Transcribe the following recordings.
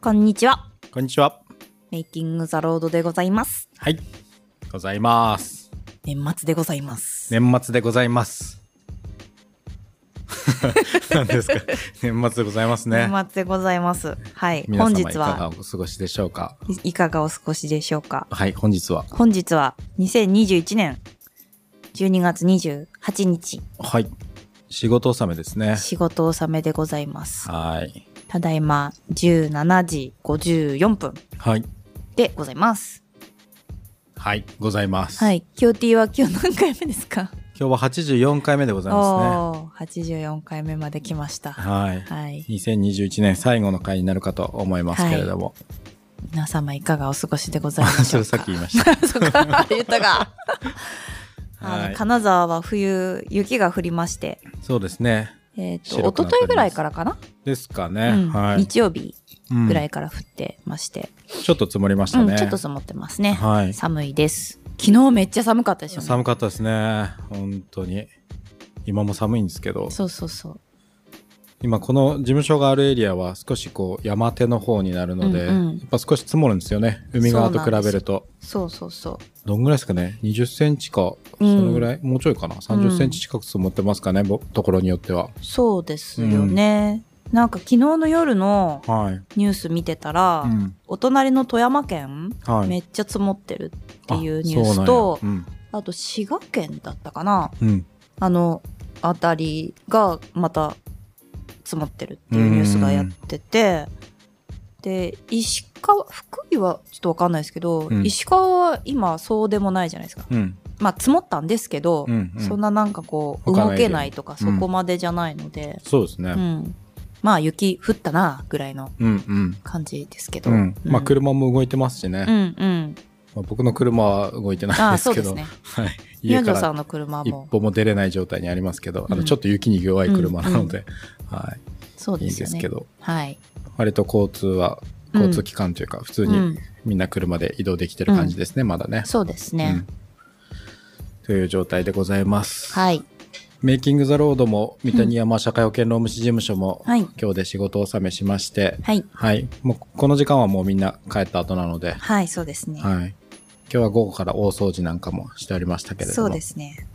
こんにちは。こんにちは。メイキングザロードでございます。はい。ございます。年末でございます。年末でござ います。何ですか。年末でございますね。年末でございます。はい。皆本様日いかがはお過ごしでしょうか。いいかがお過ごしでしょうか。はい、本日は。本日は2021年12月28日、はい。仕事納めですね。仕事納めでございます。はい。ただいま17時54分はい。でございます。はい、ございます。はい。QT は今日何回目ですか今日は八十四回目でございまおー、84回目まで来ました。すね。はい。はい。 2021年最後の回になるかと思いますけれども、皆様いかがお過ごしでございまし そょうれかさっき言いました。 そっか言ったが、あはのい。金沢は冬雪が降りまして、そうですね。えー、と白一くなっております昨日ぐらいからかな、ですかね。うんはい。日曜日ぐらい、いから降ってまして、ちょっと積もりましうたんね。ちょっと積もってますね、はい。寒いです昨日めっちゃ寒かったですよね寒かったですね本当に今も寒いんですけどそうそうそう今この事務所があるエリアは少しこう山手の方になるので、うんうんやっぱ少し積もるんですよね海側と比べるとそうそうそうどんぐらいですかね20センチかそうんのぐらい、もうちょいかな30センチ近く積もってますかね、ぼところによってはそうですよね、なんか昨日の夜のはい、ニュース見てたら、うんお隣の富山県はい、めっっちゃ積もってるっていうニュースとうなんやあと滋賀県だったかなうん、うんあの辺りがまた積もってるっていうニュースがやっててで石川福井はちょっとわかんないですけど、うん石川は今そうでもないじゃないですかうんまあ積もったんですけど、うんうんそんななんかこう他の動エリアけないとかそこまでじゃないので、そうですね、うんまあ雪降ったなぐらいのうんうん感じですけど、うんまあうん車も動いてますしね、うまんうんあ、僕の車は動いてなあいであすそうけでど、すねはい、家宮か城らさんの車一も歩も出れない状態にありますけど、あうのんちょっと雪に弱い車なので、はそうい、いでいすでよすねけど、はい、割と交通は、交通機関というか、普通うにん、みんな車で移動できてる感じですね、まだね。そうですうね、んという状態でございます。はいメイキング・ザ・ロードも、三谷山社会保険労務士事務所も、はい今日で仕事を納めしまして、はいはい、もうこの時間はもうみんな帰った後なので、はい、そうですね。はい、今日は午後から大掃除なんかもしておりましたけれども。そうですね。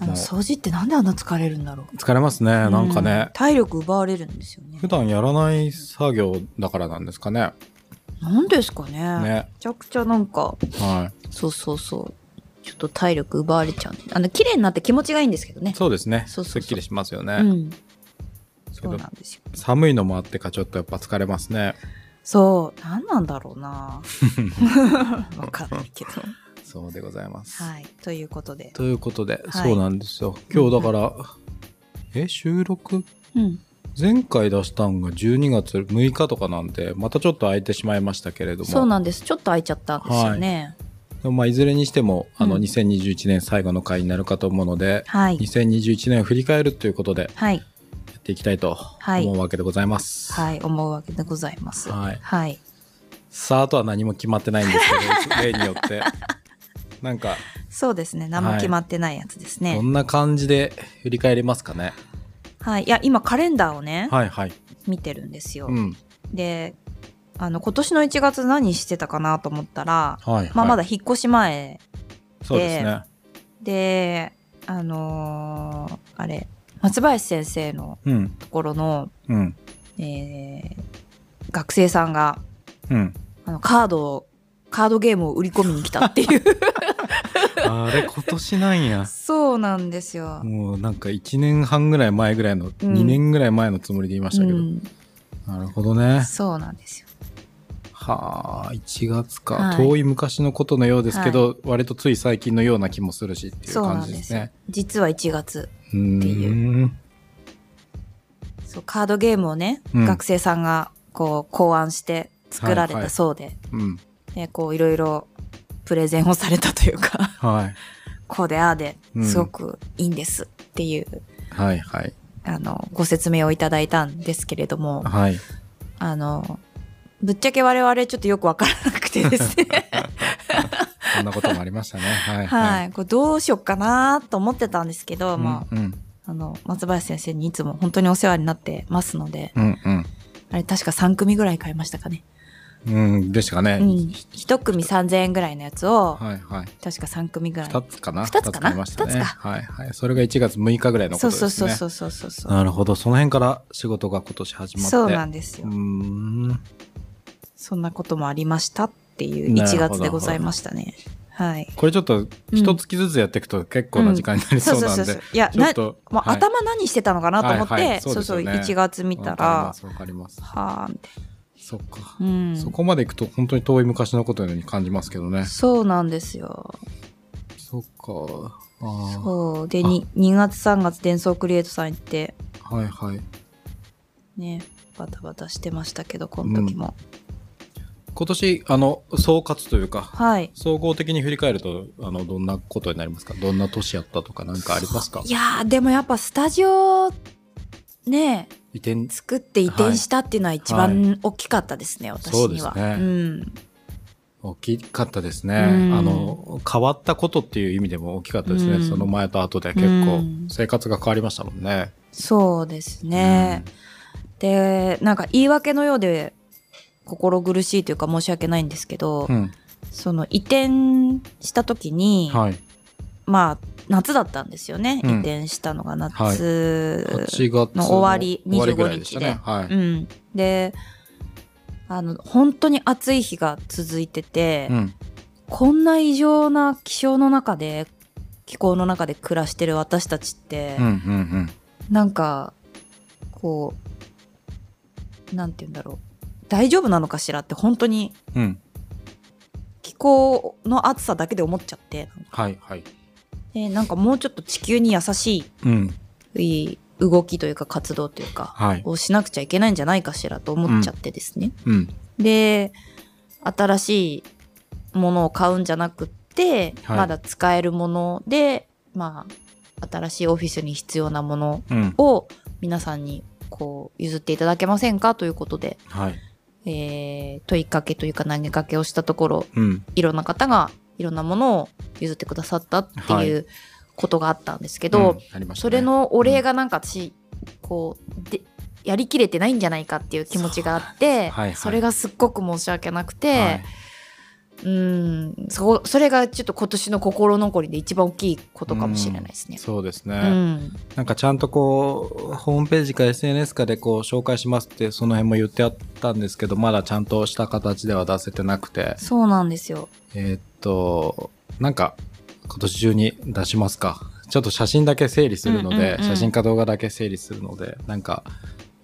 あのもう掃除ってなんであんな疲れるんだろう。疲れますね、なんかねう。体力奪われるんですよね普。段やらない作業だからなんですかね。なんですかね。めね。ちゃくちゃなんか、はそうそうそう。ちょっと体力奪われちゃう。あの綺麗になって気持ちがいいんですけどねい。。そうですね。そうそうそうすっきりしますよね。うん。けそうどなんですよ。寒いのもあってかちょっとやっぱ疲れますね。そう、なんなんだろう な。わかんないけど。そうでございます。はい、ということで。ということで、はいそうなんですよ。今日だから、え、収録うん。前回出したんが12月6日とかなんで、またちょっと空いてしまいましたけれども。そうなんです。ちょっと空いちゃったんですよね。でもまあいずれにしても、あうの、ん2021年最後の回になるかと思うので、はい。 2021年を振り返るということで、はい。やっていきたいとはい思うわけでございます。はい、思うわけでございます。はいはい。さあ、あとは何も決まってないんですけど、例 によって。なんか、そうですね。何も決まってないやつですね。はどい。んな感じで振り返りますかね。い、や、今カレンダーをね、はいはい。見てるんですよ。うん。で、あの、今年の1月何してたかなと思ったら、はい、はい。まあ、まだ引っ越し前そうですね。で、あのーあれ、松林先生のうん。ところの、うん。えー学生さんが、うん。あの、カードを、カードゲームを売り込みに来たって いう。あれ、今年なんや。そうなんですよ。 もうなんか1年半ぐらい前ぐらいの、うん2年ぐらい前のつもりで言いましたけど。うんなるほどね。そうなんですよ。はあ、1月か、はい遠い昔のことのようですけど、割とつい最近のような気もするしっていうそうな感んじでですすよね。。実は1月。うーんっていそうカードゲームをね、うん学生さんがこう考案して作られはいはたいそうで、うん。でこういろいろプレゼンをされたというか はい。こうでああでうんすごくいいんですっていう、はいはい。あのご説明をいただいたんですけれどもはい。あのぶっちゃけ我々ちょっとよくわからなくてですねそんなこともありましたね。 はい。はいこれどうしよっかなと思ってたんですけど、うんまうんあ、あの松林先生にいつも本当にお世話になってますのでうんうんあれ確か3組ぐらい買いましたかね。うん、でしたかね。うん。1組3000円ぐらいのやつを、はいはい。確か3組ぐらい。二つかな二つかな買いましたね。二つかはいはい。それが1月6日ぐらいのこそとうですそうね。そうそうそうそうそう。なるほど。その辺から仕事が今年始まって。そうなんんですうよー。ん。そんなこともありましたっていうなるほ1ど月でございましたね。はい。これちょっと一月ずつやっていくと結構な時間になりそうなんで。いや、ちょなっと、まあはい頭何してたのかなと思って、はいはいそそううですそうよね1月見たらわかりますわかります。はあみたいそっか。なうんそこまで行くと本当に遠い昔のことのように感じますけどね。そうなんですよそっか。あそうでに2月3月伝送クリエイトさん行ってあ。はいはい。ねバタバタしてましたけどこの時も、今年、あの、総括というか、はい総合的に振り返ると、あの、どんなことになりますかどんな年やったとかなんかありますかいやーでもやっぱスタジオね移転、作って移転したっていうのは一番大きかったですね、私にはそうですねん大きかったですね。うんあの、変わったことっていう意味でも大きかったですね。うんその前と後で結う構ん、生活が変わりましたもんね。そうですね、でなんか言い訳のようで心苦しいというか申し訳ないんですけど、うん。その移転した時に、はい。まあ夏だったんですよね、うん移転したのが夏、 8月の終わり終わりぐらい25し日たねではうい。ん、であの本当に暑い日が続いてて、うん。こんな異常な気象の中で気候の中で暮らしてる私たちって、うん。うん。なんかこうなんて言うんだろう大丈夫なのかしらって本当にうん。うん。気候の暑さだけで思っちゃってなんかはい。はい。でなんかもうちょっと地球に優しうん。い動きというか活動というかはい。をしなくちゃいけないんじゃないかしらと思っちゃってですね、うん。で新しいものを買うんじゃなくって、はいまだ使えるものでまあ新しいオフィスに必要なものうん。を皆さんにこう譲っていただけませんかということで、はい。えー問いかけというか投げかけをしたところうん。いろんな方がいろんなものを譲ってくださったってはいいうことがあったんですけど、うん、ありましたそねれのお礼がなんか私、こうでやりきれてないんじゃないかっていう気持ちがあってそうはいはいそれがすっごく申し訳なくて、はい、うんそそれがちょっと今年の心残りで一番大きいことかもしれないですね。そうですうね、んなんかちゃんとこうホームページか SNS かでこう紹介しますってその辺も言ってあったんですけどまだちゃんとした形では出せてなくてそうなんですよ。えーっとなんか今年中に出しますかちょっと写真だけ整理するので、うんうんうん写真か動画だけ整理するのでなんか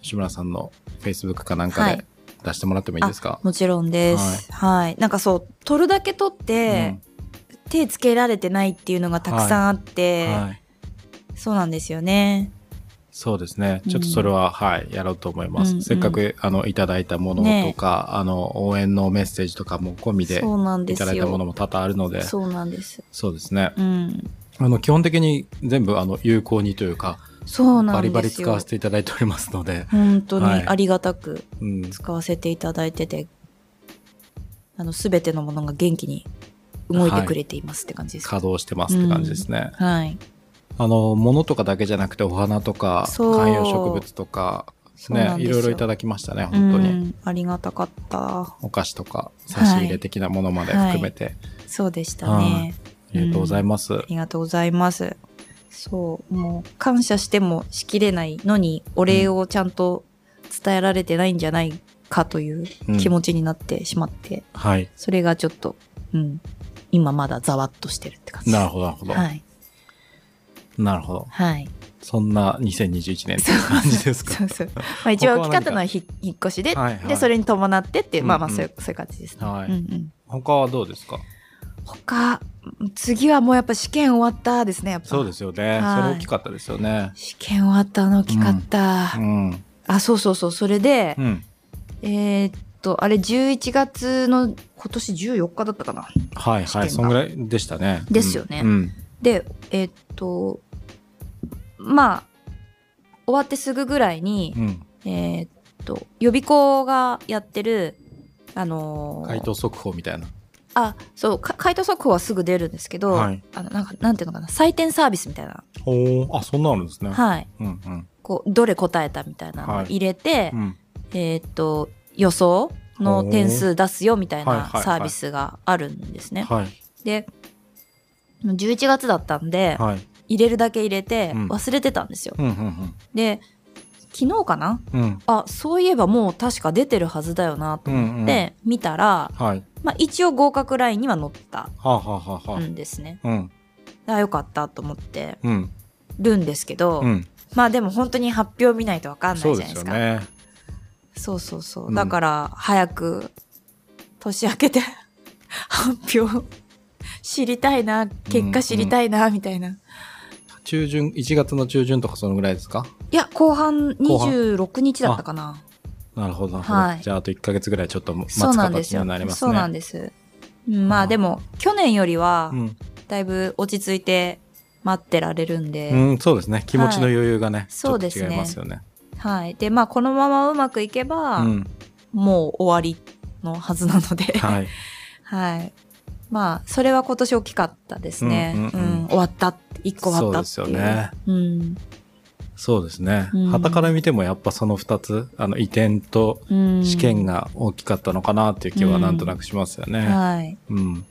吉村さんの Facebook かなんかはでい出してもらってもいいですか、もちろんです。はい、なんかそう取るだけ取って、手つけられてないっていうのがたくさんあっうて、んはい、そうなんですよね。そうですね。うんちょっとそれは、はい、やろうと思います。うんうんせっかく、あの、いただいたものとか、あの、応援のメッセージとかも込みで、そうなんでいすただいたもよ。のも多々あるので、そうそうなんです。ですね。うん、あの、基本的に全部、あの、有効にというか、そうなバんですよ。リバリ使わせていただいておりますので、本当にはいありがたくうん、使わせていただいてて、あのすべてのものが元気に動いてくれていますって感じです。はい。稼働してますって感じですね。あの、物とかだけじゃなくて、お花とか、そう観葉植物とか、そうねな、んいですよろいろいただきましたね、本当うに。んありがたかった。お菓子とか、差し入れ的なものまで含めて、そうでしたね。ありがとうございます。ありがとうございます。そう、もう感謝してもしきれないのに、お礼をちゃんと伝えられてないんじゃないかといううん気持ちになってしまって、はい。それがちょっと、うん、今まだざわっとしてるって感じです。なるほど、なるほど。はい。なるほど。はい。そんな2021年っていう感じですか。そうそう。まあ一番大きかったのはひ引っ越しで、はいはいで、それに伴ってっていう、まあまあうんうんそういう、そういう感じですね。はういんうん。他はどうですか他、次はもうやっぱ試験終わったですね、やっぱ。そうですよはね。いそれ大きかったですよね。試験終わったの大きかった。うん。あ、そうそうそう。それで、うん。えーっと、あれ、11月の今年14日だったかな。はい試験はがい。そんぐらいでしたね。ですよねうん。で、えーっと、まあ、終わってすぐぐらいにう、ん。えーっと、予備校がやってる、あのー回答速報みたいな。あ、そう、か回答速報はすぐ出るんですけど、はいあの、なんか、なんていうのかな、採点サービスみたいな。おお。あ、そんなのあるんですね。はい。うんうんこう、どれ答えたみたいなのを入れて、うん。えーっと予想の点数出すよみたいはいはいなはいサービスがあるんですね。はい。で11月だったんで、はい。入れるだけ入れてうん忘れてたんですよ。うんうんで昨日かなうん。うん。あそういえばもう確か出てるはずだよなとうん、うん。思っ、て見たら、はい。はまあ、一応合格ラインには載ったあ、はあはあはあんですね。うん。あよかったと思ってうん。るんですけど、うん。まあでも本当に発表見ないと分かんないじそゃうなでいですすよか。ね。そうそうそう。うんだから、早く、年明けて、 発表、知りたいな、結果知りたいな、みたいな。中旬、1月の中旬とかそのぐらいですかいや、後半後半26日だったかな。なるほど。はいじゃあ、あと1ヶ月ぐらいちょっと待つそうなんです形よ。になりますね。そうなんでです。うんまああーでも、去年よりは、うん。だいぶ落ち着いて待ってられるんで、うん、そうですね。気持ちの余裕がね、ちょそうっとです違ねいますよね。はい。で、まあこのままうまくいけば、うん。もう終わりのはずなので、はい。はい。まあ、それは今年大きかったですね。ううんんうんうん終わったって、一個終わったっていそうう。ですよね。うん。そうですね。うん傍から見てもやっぱその2つ、あの移転とうん、試験が大きかったのかなっていう気はなんとなくしますよね。はい。うん。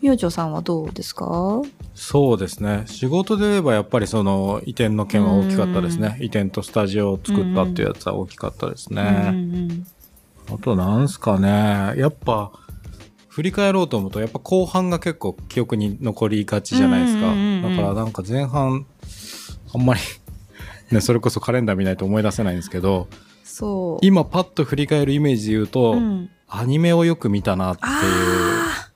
明星さんはどうですかそうですね。仕事で言えばやっぱりその移転の件は大きかったですね。う移転とスタジオを作ったっていうやつは大きかったですうね。んあとなんすかね。やっぱ、振り返ろうと思うと、やっぱ後半が結構記憶に残りがちじゃないですか。うんうんうんうんだからなんか前半、あんまり、 ね、それこそカレンダー見ないと思い出せないんですけど、そう。今パッと振り返るイメージで言うと、うん、アニメをよく見たなっていうあ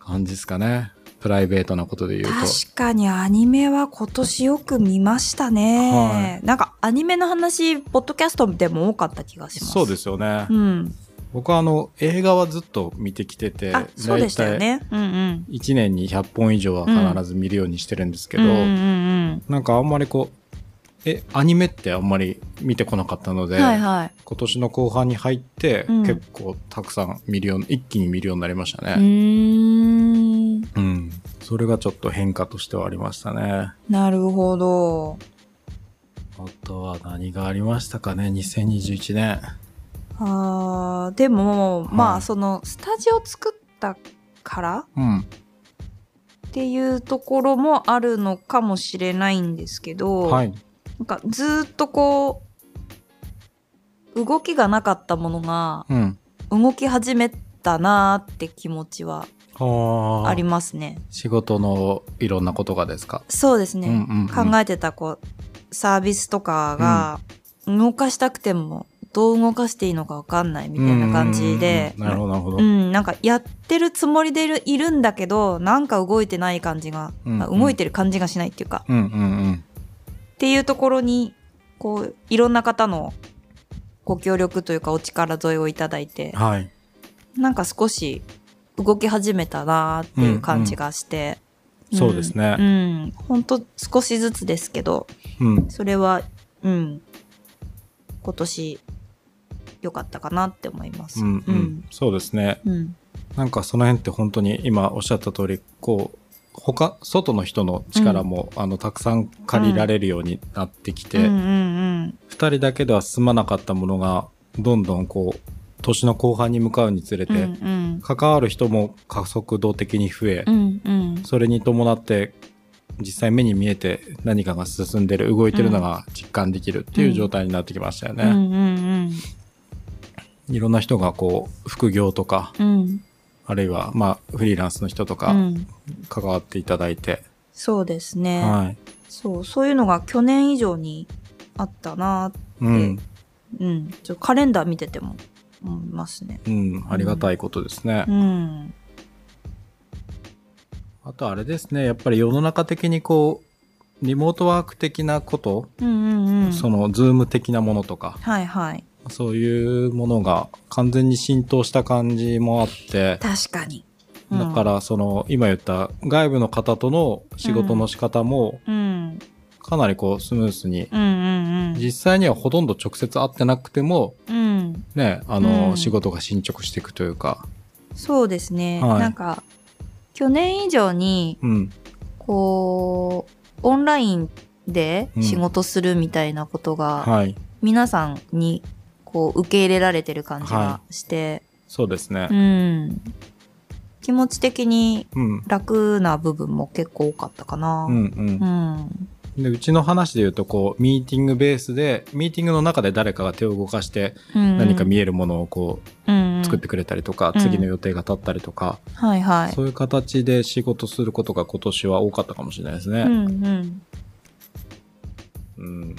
感じですかねプライベートなことであ、言うと確かにアニメは今年よく見ましたね。はなんかアニメの話、ポッドキャストでも多かった気がします。。そうですすよね、うん。僕はあの映画はずっと見てきててあ、そうでしたよ大体ね。うんうん。 1年に100本以上は必ず見るようにしてるんですけど、うんうんなんかあんまりこうえアニメってあんまり見てこなかったのうで、ん。はいはい。今年の後半に入って、うん結構たくさん見るよう一気に見るようになりましたうね、ーん。うん、それがちょっと変化としてはありましたねなるほど。あとは何がありましたかね、2021年。あーでも、はいまあそのスタジオ作ったからうん。っていうところもあるのかもしれないんですけど、はい。なんかずーっとこう動きがなかったものがうん。動き始めたなーって気持ちはあありますね。仕事のいろんなことがですか。そうですね、うんうんうん考えてたこうサービスとかが動かしたくてもどう動かしていいのかわかんないみたいな感じで、うんうんうんなるほど、うなるん、なんかやってるつもりでいるいるんだけどなんか動いてない感じが、うんあ動いてる感じがしないっていうかほど。うんうんっていうところにこういろんな方のご協力というかお力添えをいただいてうん。はい。なんか少し動き始めたなーっていう感じがして、うんそうですねうんほんと少しずつですけどうん。それはうん今年良かったかなって思います。うんうん。そうですね。うんうんなんかその辺って本当に今おっしゃった通り、こう、他、外の人の力も、あの、たくさん借りられるようになってきて、うんうん二人だけでは進まなかったものが、どんどんこう、年の後半に向かうにつれうんて、うん関わる人も加速度的に増え、うんうんそれに伴って実際目に見えて何かが進んでる動いてるのが実感できるっていう状態になってきましたようね、んうんいろんな人がこう副業とかうんうんあるいはまあフリーランスの人とうかん関わっていただいて、そうですね、はい、そうそういうのが去年以上にあったなうん、うんちょっとカレンダー見てても思いますねうん、ありがたいことですね、うんあとあれですねやっぱり世の中的にこうリモートワーク的なこと、うんうんうんそのズーム的なものとかはいはいそういうものが完全に浸透した感じもあって確かに、うんだからその今言った外部の方との仕事の仕方もうんかなりこうスムースにうんうん実際にはほとんど直接会ってなくてもうんうんねあうのん仕事が進捗していくというかそうですね、はいなんか去年以上にうんこうオンラインで仕事するみたいなことがはい皆さんにここう受け入れられてる感じがはして、そうですねう。ん気持ち的にうん。楽な部分も結構多かったかなうん、うんう。んでうちの話で言うとこうミーティングベースでミーティングの中で誰かが手を動かして何か見えるものをこうんううん作ってくれたりとか、うん次の予定が立ったりとか、はいはいそういう形で仕事することが今年は多かったかもしれないですうね。んうんうん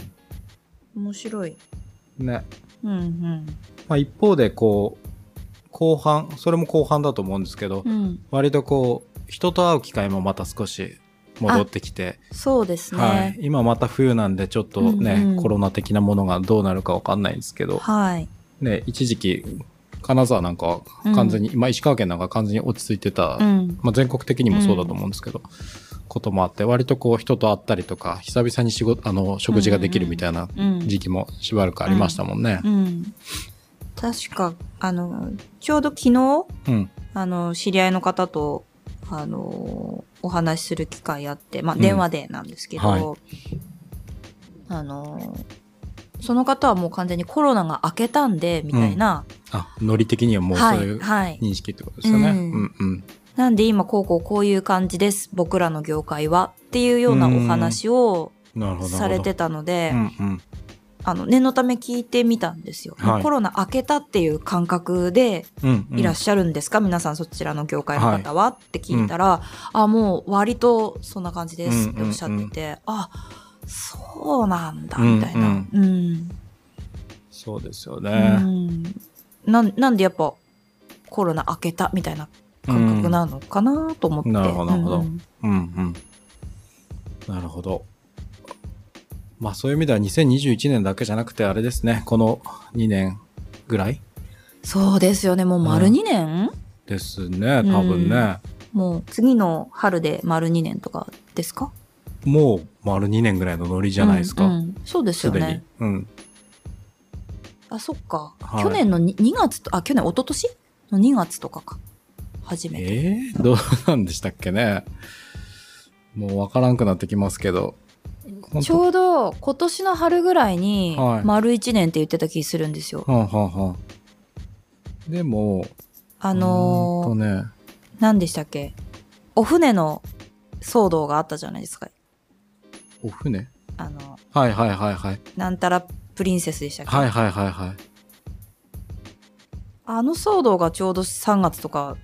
面白いねうんうんまあ、一方でこう後半それも後半だと思うんですけど、うん割とこう人と会う機会もまた少し戻ってきて、そうですはいね今また冬なんでちょっとね、うんうんコロナ的なものがどうなるかわかんないんですけど、はいね、一時期金沢なんかは完全に、まあ石川県なんか完全に落ち着いてた、うんまあ、全国的にもそうだと思うんですけど、こともあって割とこう人と会ったりとか久々に仕事あの食事ができるみたいなうん時期もしばらくありましたもんね。うん確かあのちょうど昨日うんあの知り合いの方とあのお話しする機会あって、まあ、うん電話でなんですけど、はいあのその方はもう完全にコロナが明けたんでみたいな、あノリ的にはもうそうはいういはい認識ってことですよね。ううんん、うん、なんで今こうこうこういう感じです僕らの業界はっていうようなお話をなるほど。されてたので、うんうん。あの念のため聞いてみたんですよ、はいもうコロナ明けたっていう感覚でうん、うん。いらっしゃるんですか、皆さんそちらの業界の方は、って聞いたら、あもう割とそんな感じですっておっしゃってて、あそうなんだみたいな、うんそうですようね。んなんなんでやっぱコロナ明けたみたいな感覚なのかなと思って、うんなるほどなるほどうんうん、うん、なるほど。まあそういう意味では2021年だけじゃなくてあれですね。この2年ぐらいそうですよねもう丸うん2年、ですね、多分ね。もう次の春で丸2年とかですかもう丸2年ぐらいのノリじゃないですうんうか。んそうですすよで、ねに。うん。あ、そっか。はい去年の 2, 月と、あ、去年、一昨年の2月とかか。初めて。えー、どうなんでしたっけね。もうわからんくなってきますけど。本当ちょうど今年の春ぐらいにはい、丸1年って言ってた気するんですよ。はんはんはん。でも、あうーのんー、とね、何でしたっけお船の騒動があったじゃないですか。お船あの、はいはいはいはい。なんたらプリンセスでしたっけ、はいはいはいはい。あの騒動がちょうど3月とか、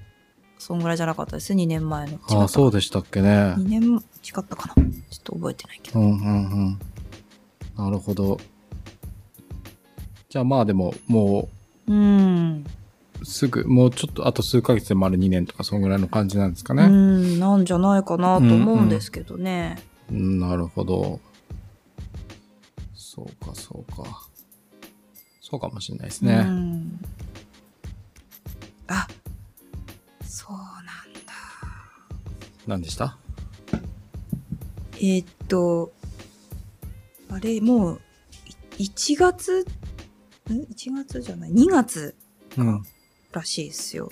そんぐらいじゃなかったです。2年前の。違ったああ、そうでしたっけね。 2年、違ったかなちょっと覚えてないけうど。んうんうん。なるほど。じゃあまあでも、もうん。うすぐ、もうちょっとあと数ヶ月で丸2年とか、そんぐらいの感じなんですかうね。ん、なんじゃないかなと思うんですけどね。うん、なるほど。そうかそうか。そうかもしれないですうね。んあそうなんだ。何でしたえーっと、あれ、もう、い1月ん ?1 月じゃない、2月うん。らしいですよ。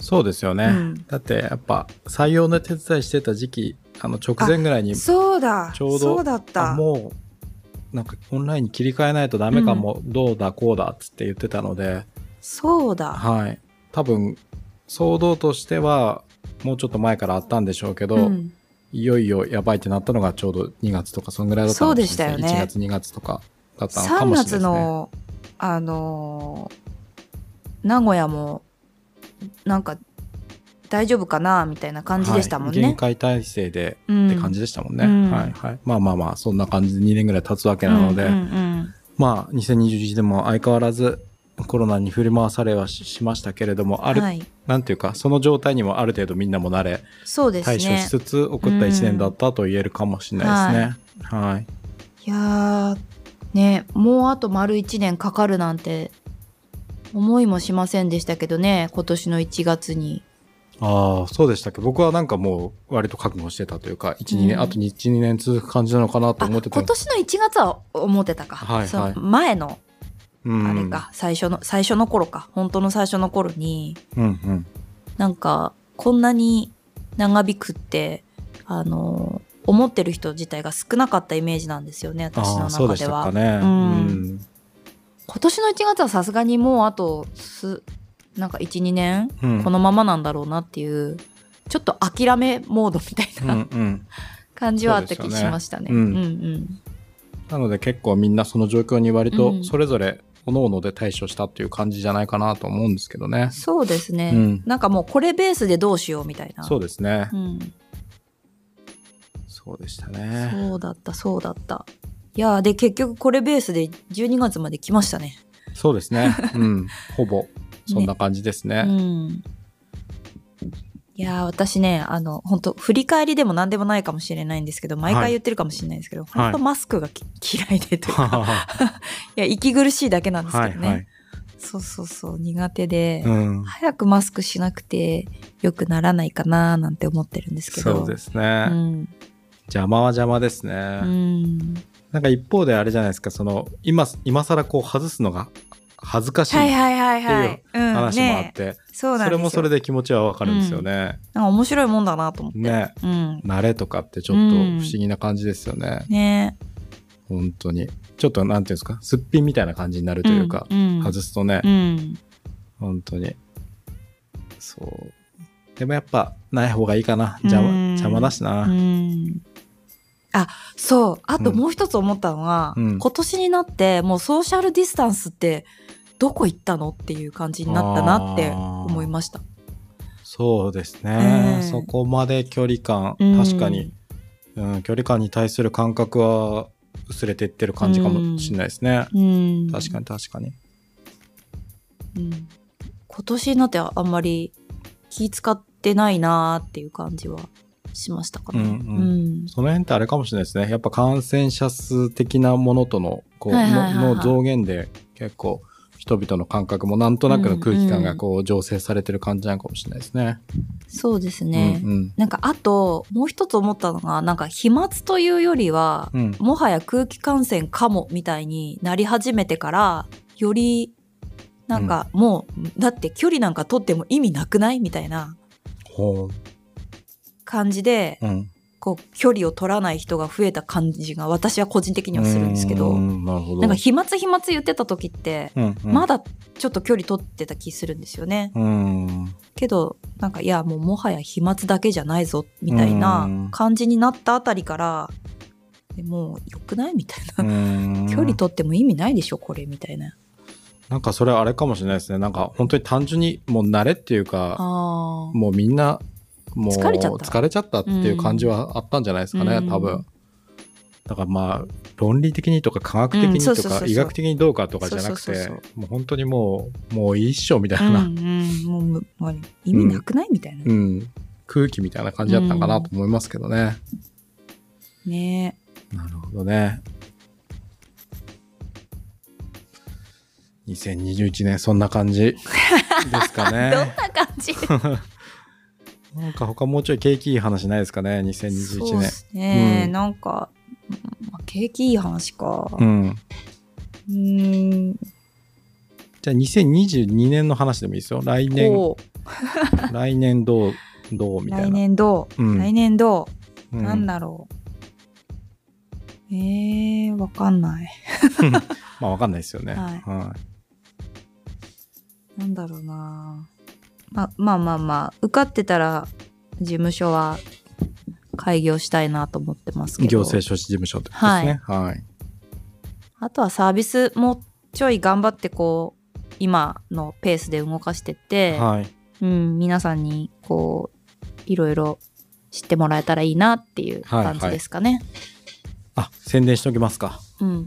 そうですよね。うんだってやっぱ採用の手伝いしてた時期、あの直前ぐらいにそうだ、ちょうどそうだった。あもうなんかオンラインに切り替えないとダメかも、どうだこうだっつって言ってたので、そうだ。はい、多分騒動としてはもうちょっと前からあったんでしょうけど、うん、いよいよやばいってなったのがちょうど2月とかそんぐらいだったのかもしれないそうでしたよね1月2月とかだったのか3もしれ月ないですね。の、あのー名古屋も、なんか、大丈夫かなみたいな感じでしたもんはいね限。界体制でうんって感じでしたもんね。うんはいはい。まあまあまあ、そんな感じで2年ぐらい経つわけなので、うんうんうんまあ、2021でも相変わらずコロナに振り回されはししましたけれども、あるはい、なんていうか、その状態にもある程度みんなも慣れ、そうですね。対処しつつ送った1年だったと言えるかもしれないですね。はい。いやーねもうあと丸1年かかるなんて思いもしませんでしたけどね今年の1月にああ、そうでしたっけ僕はなんかもう割と覚悟してたというか、1、2う年、んあと1、2年続く感じなのかなとあ思ってた今年の1月は思ってたか、はいはいその前のうんあれか、。最初の最初の頃か本当の最初の頃にうんうん。なんかこんなに長引くってあのー思ってる人自体が少なかったイメージなんですよね私あのあ、そう中でしでたはかね。うんうん今年の1月はさすがにもうあとすなんか12年うんこのままなんだろうなっていう、ちょっと諦めモードみたういんな、うん感じはあったそう気ですよねしましたね。うんうんうんなので結構みんなその状況に割うとんそれぞれ各々で対処したっていう感じじゃないかなと思うんですけどね。そうですね、うんなんかもうこれベースでどうしようみたいな。そうですね。うん、そうでしたね。そうだったそうだった。いやーで結局これベースで12月まで来ましたね。そうですね。 うん。ほぼそんな感じですね。うん、いやー私ねあの本当振り返りでも何でもないかもしれないんですけど毎はい回言ってるかもしれないですけど、い本当マスクがき 嫌いでという か、、はいや息苦しいだけなんですけいどね、はい。そうそうそう苦手で、うん。早くマスクしなくてよくならないかなーなんて思ってるんですけど、そうですすうね。ん邪魔は邪魔ですね。うん、なんか一方であれじゃないですか、その今今更こう外すのが恥ずかしいはいはいはいはっい、うん、話もあっねて、そうなんですよそれもそれでで気持ちはわかるんですよね。なんか面白いもんだなと思って、ね。うん慣れとかってちょっと不思議な感じですよね。ね本当に。ちょっとなんていうんですか、すっぴんみたいな感じになるというか、ん外すとね、うん本当に。そう。でもやっぱない方がいいかな。邪魔うん邪魔だしな。うんあそうあともう一つ思ったのは、うん今年になってもうソーシャルディスタンスってどこ行ったのっていう感じになったなって思いました。そうですね、ええそこまで距離感、うん確かに、うん、距離感に対する感覚は薄れていってる感じかもしれないですね。うん、確かに確かに。に、今年になってあんまり気使ってないなーっていう感じはしましたかね。うんうんその辺ってあれかもしれないですね。やっぱ感染者数的なものとの、こう、はいはいはいはいのの増減で結構人々の感覚もなんとなくの空気感がこう、醸成されてる感じなのかもしれないですね。そうですね、うんうん。なんかあともう一つ思ったのがなんか飛沫というよりはうん。もはや空気感染かもみたいになり始めてからよりなんかもう、だって距離なんか取っても意味なくないみたいなほ感じでう。うん。こう距離を取らない人が増えた感じが私は個人的にはするんですけうどんなるほど。なんか飛沫飛沫言ってた時ってうん、うん。まだちょっと距離取ってた気するんですよね。うん。けどなんかいやもうもはや飛沫だけじゃないぞみたいな感じになったあたりからでもう良くないみたいな。うん 距離取っても意味ないでしょこれみたいな。なんかそれあれかもしれないですね。なんか本当に単純にもう慣れっていうか、あーもうみんな、もう疲れちゃった疲れちゃったっていう感じはあったんじゃないですかね、うん多分。だからまあ、論理的にとか科学的うんそうにそうとそうそかう医学的にどうかとかじゃなくそうそうてそう、もう本当にもう、もういいっしょみうたいんうな、ん、もうむもう意味なくない、みたいなう。ん、空気みたいな感じだったかなと思いますけどね。ねなるほどね。2021年そんな感じですかどね。ん な感じなんか他もうちょい景気いい話ないですかね、そう2021で年。すね、うんなんか、うんまあ景気いい話か。うん。うーん、じゃあ2022年の話でもいいですよ。来年、こう、来年どう、どうみたいな。来年どう、うん来年どうう、んなんだろう。えー、わかんない。まあわかんないですよね。はいはなんだろうなままあまあまあ、受かってたら、事務所は開業したいなと思ってますけい。ど。行政書士事務所ってことですね。はい。あとはサービスもちょい頑張ってこう今のペースで動かしてって、はい。うん、皆さんにこういろいろ知ってもらえたらいいなっていうは感いじですかね。あ、宣伝しておきますか。うん、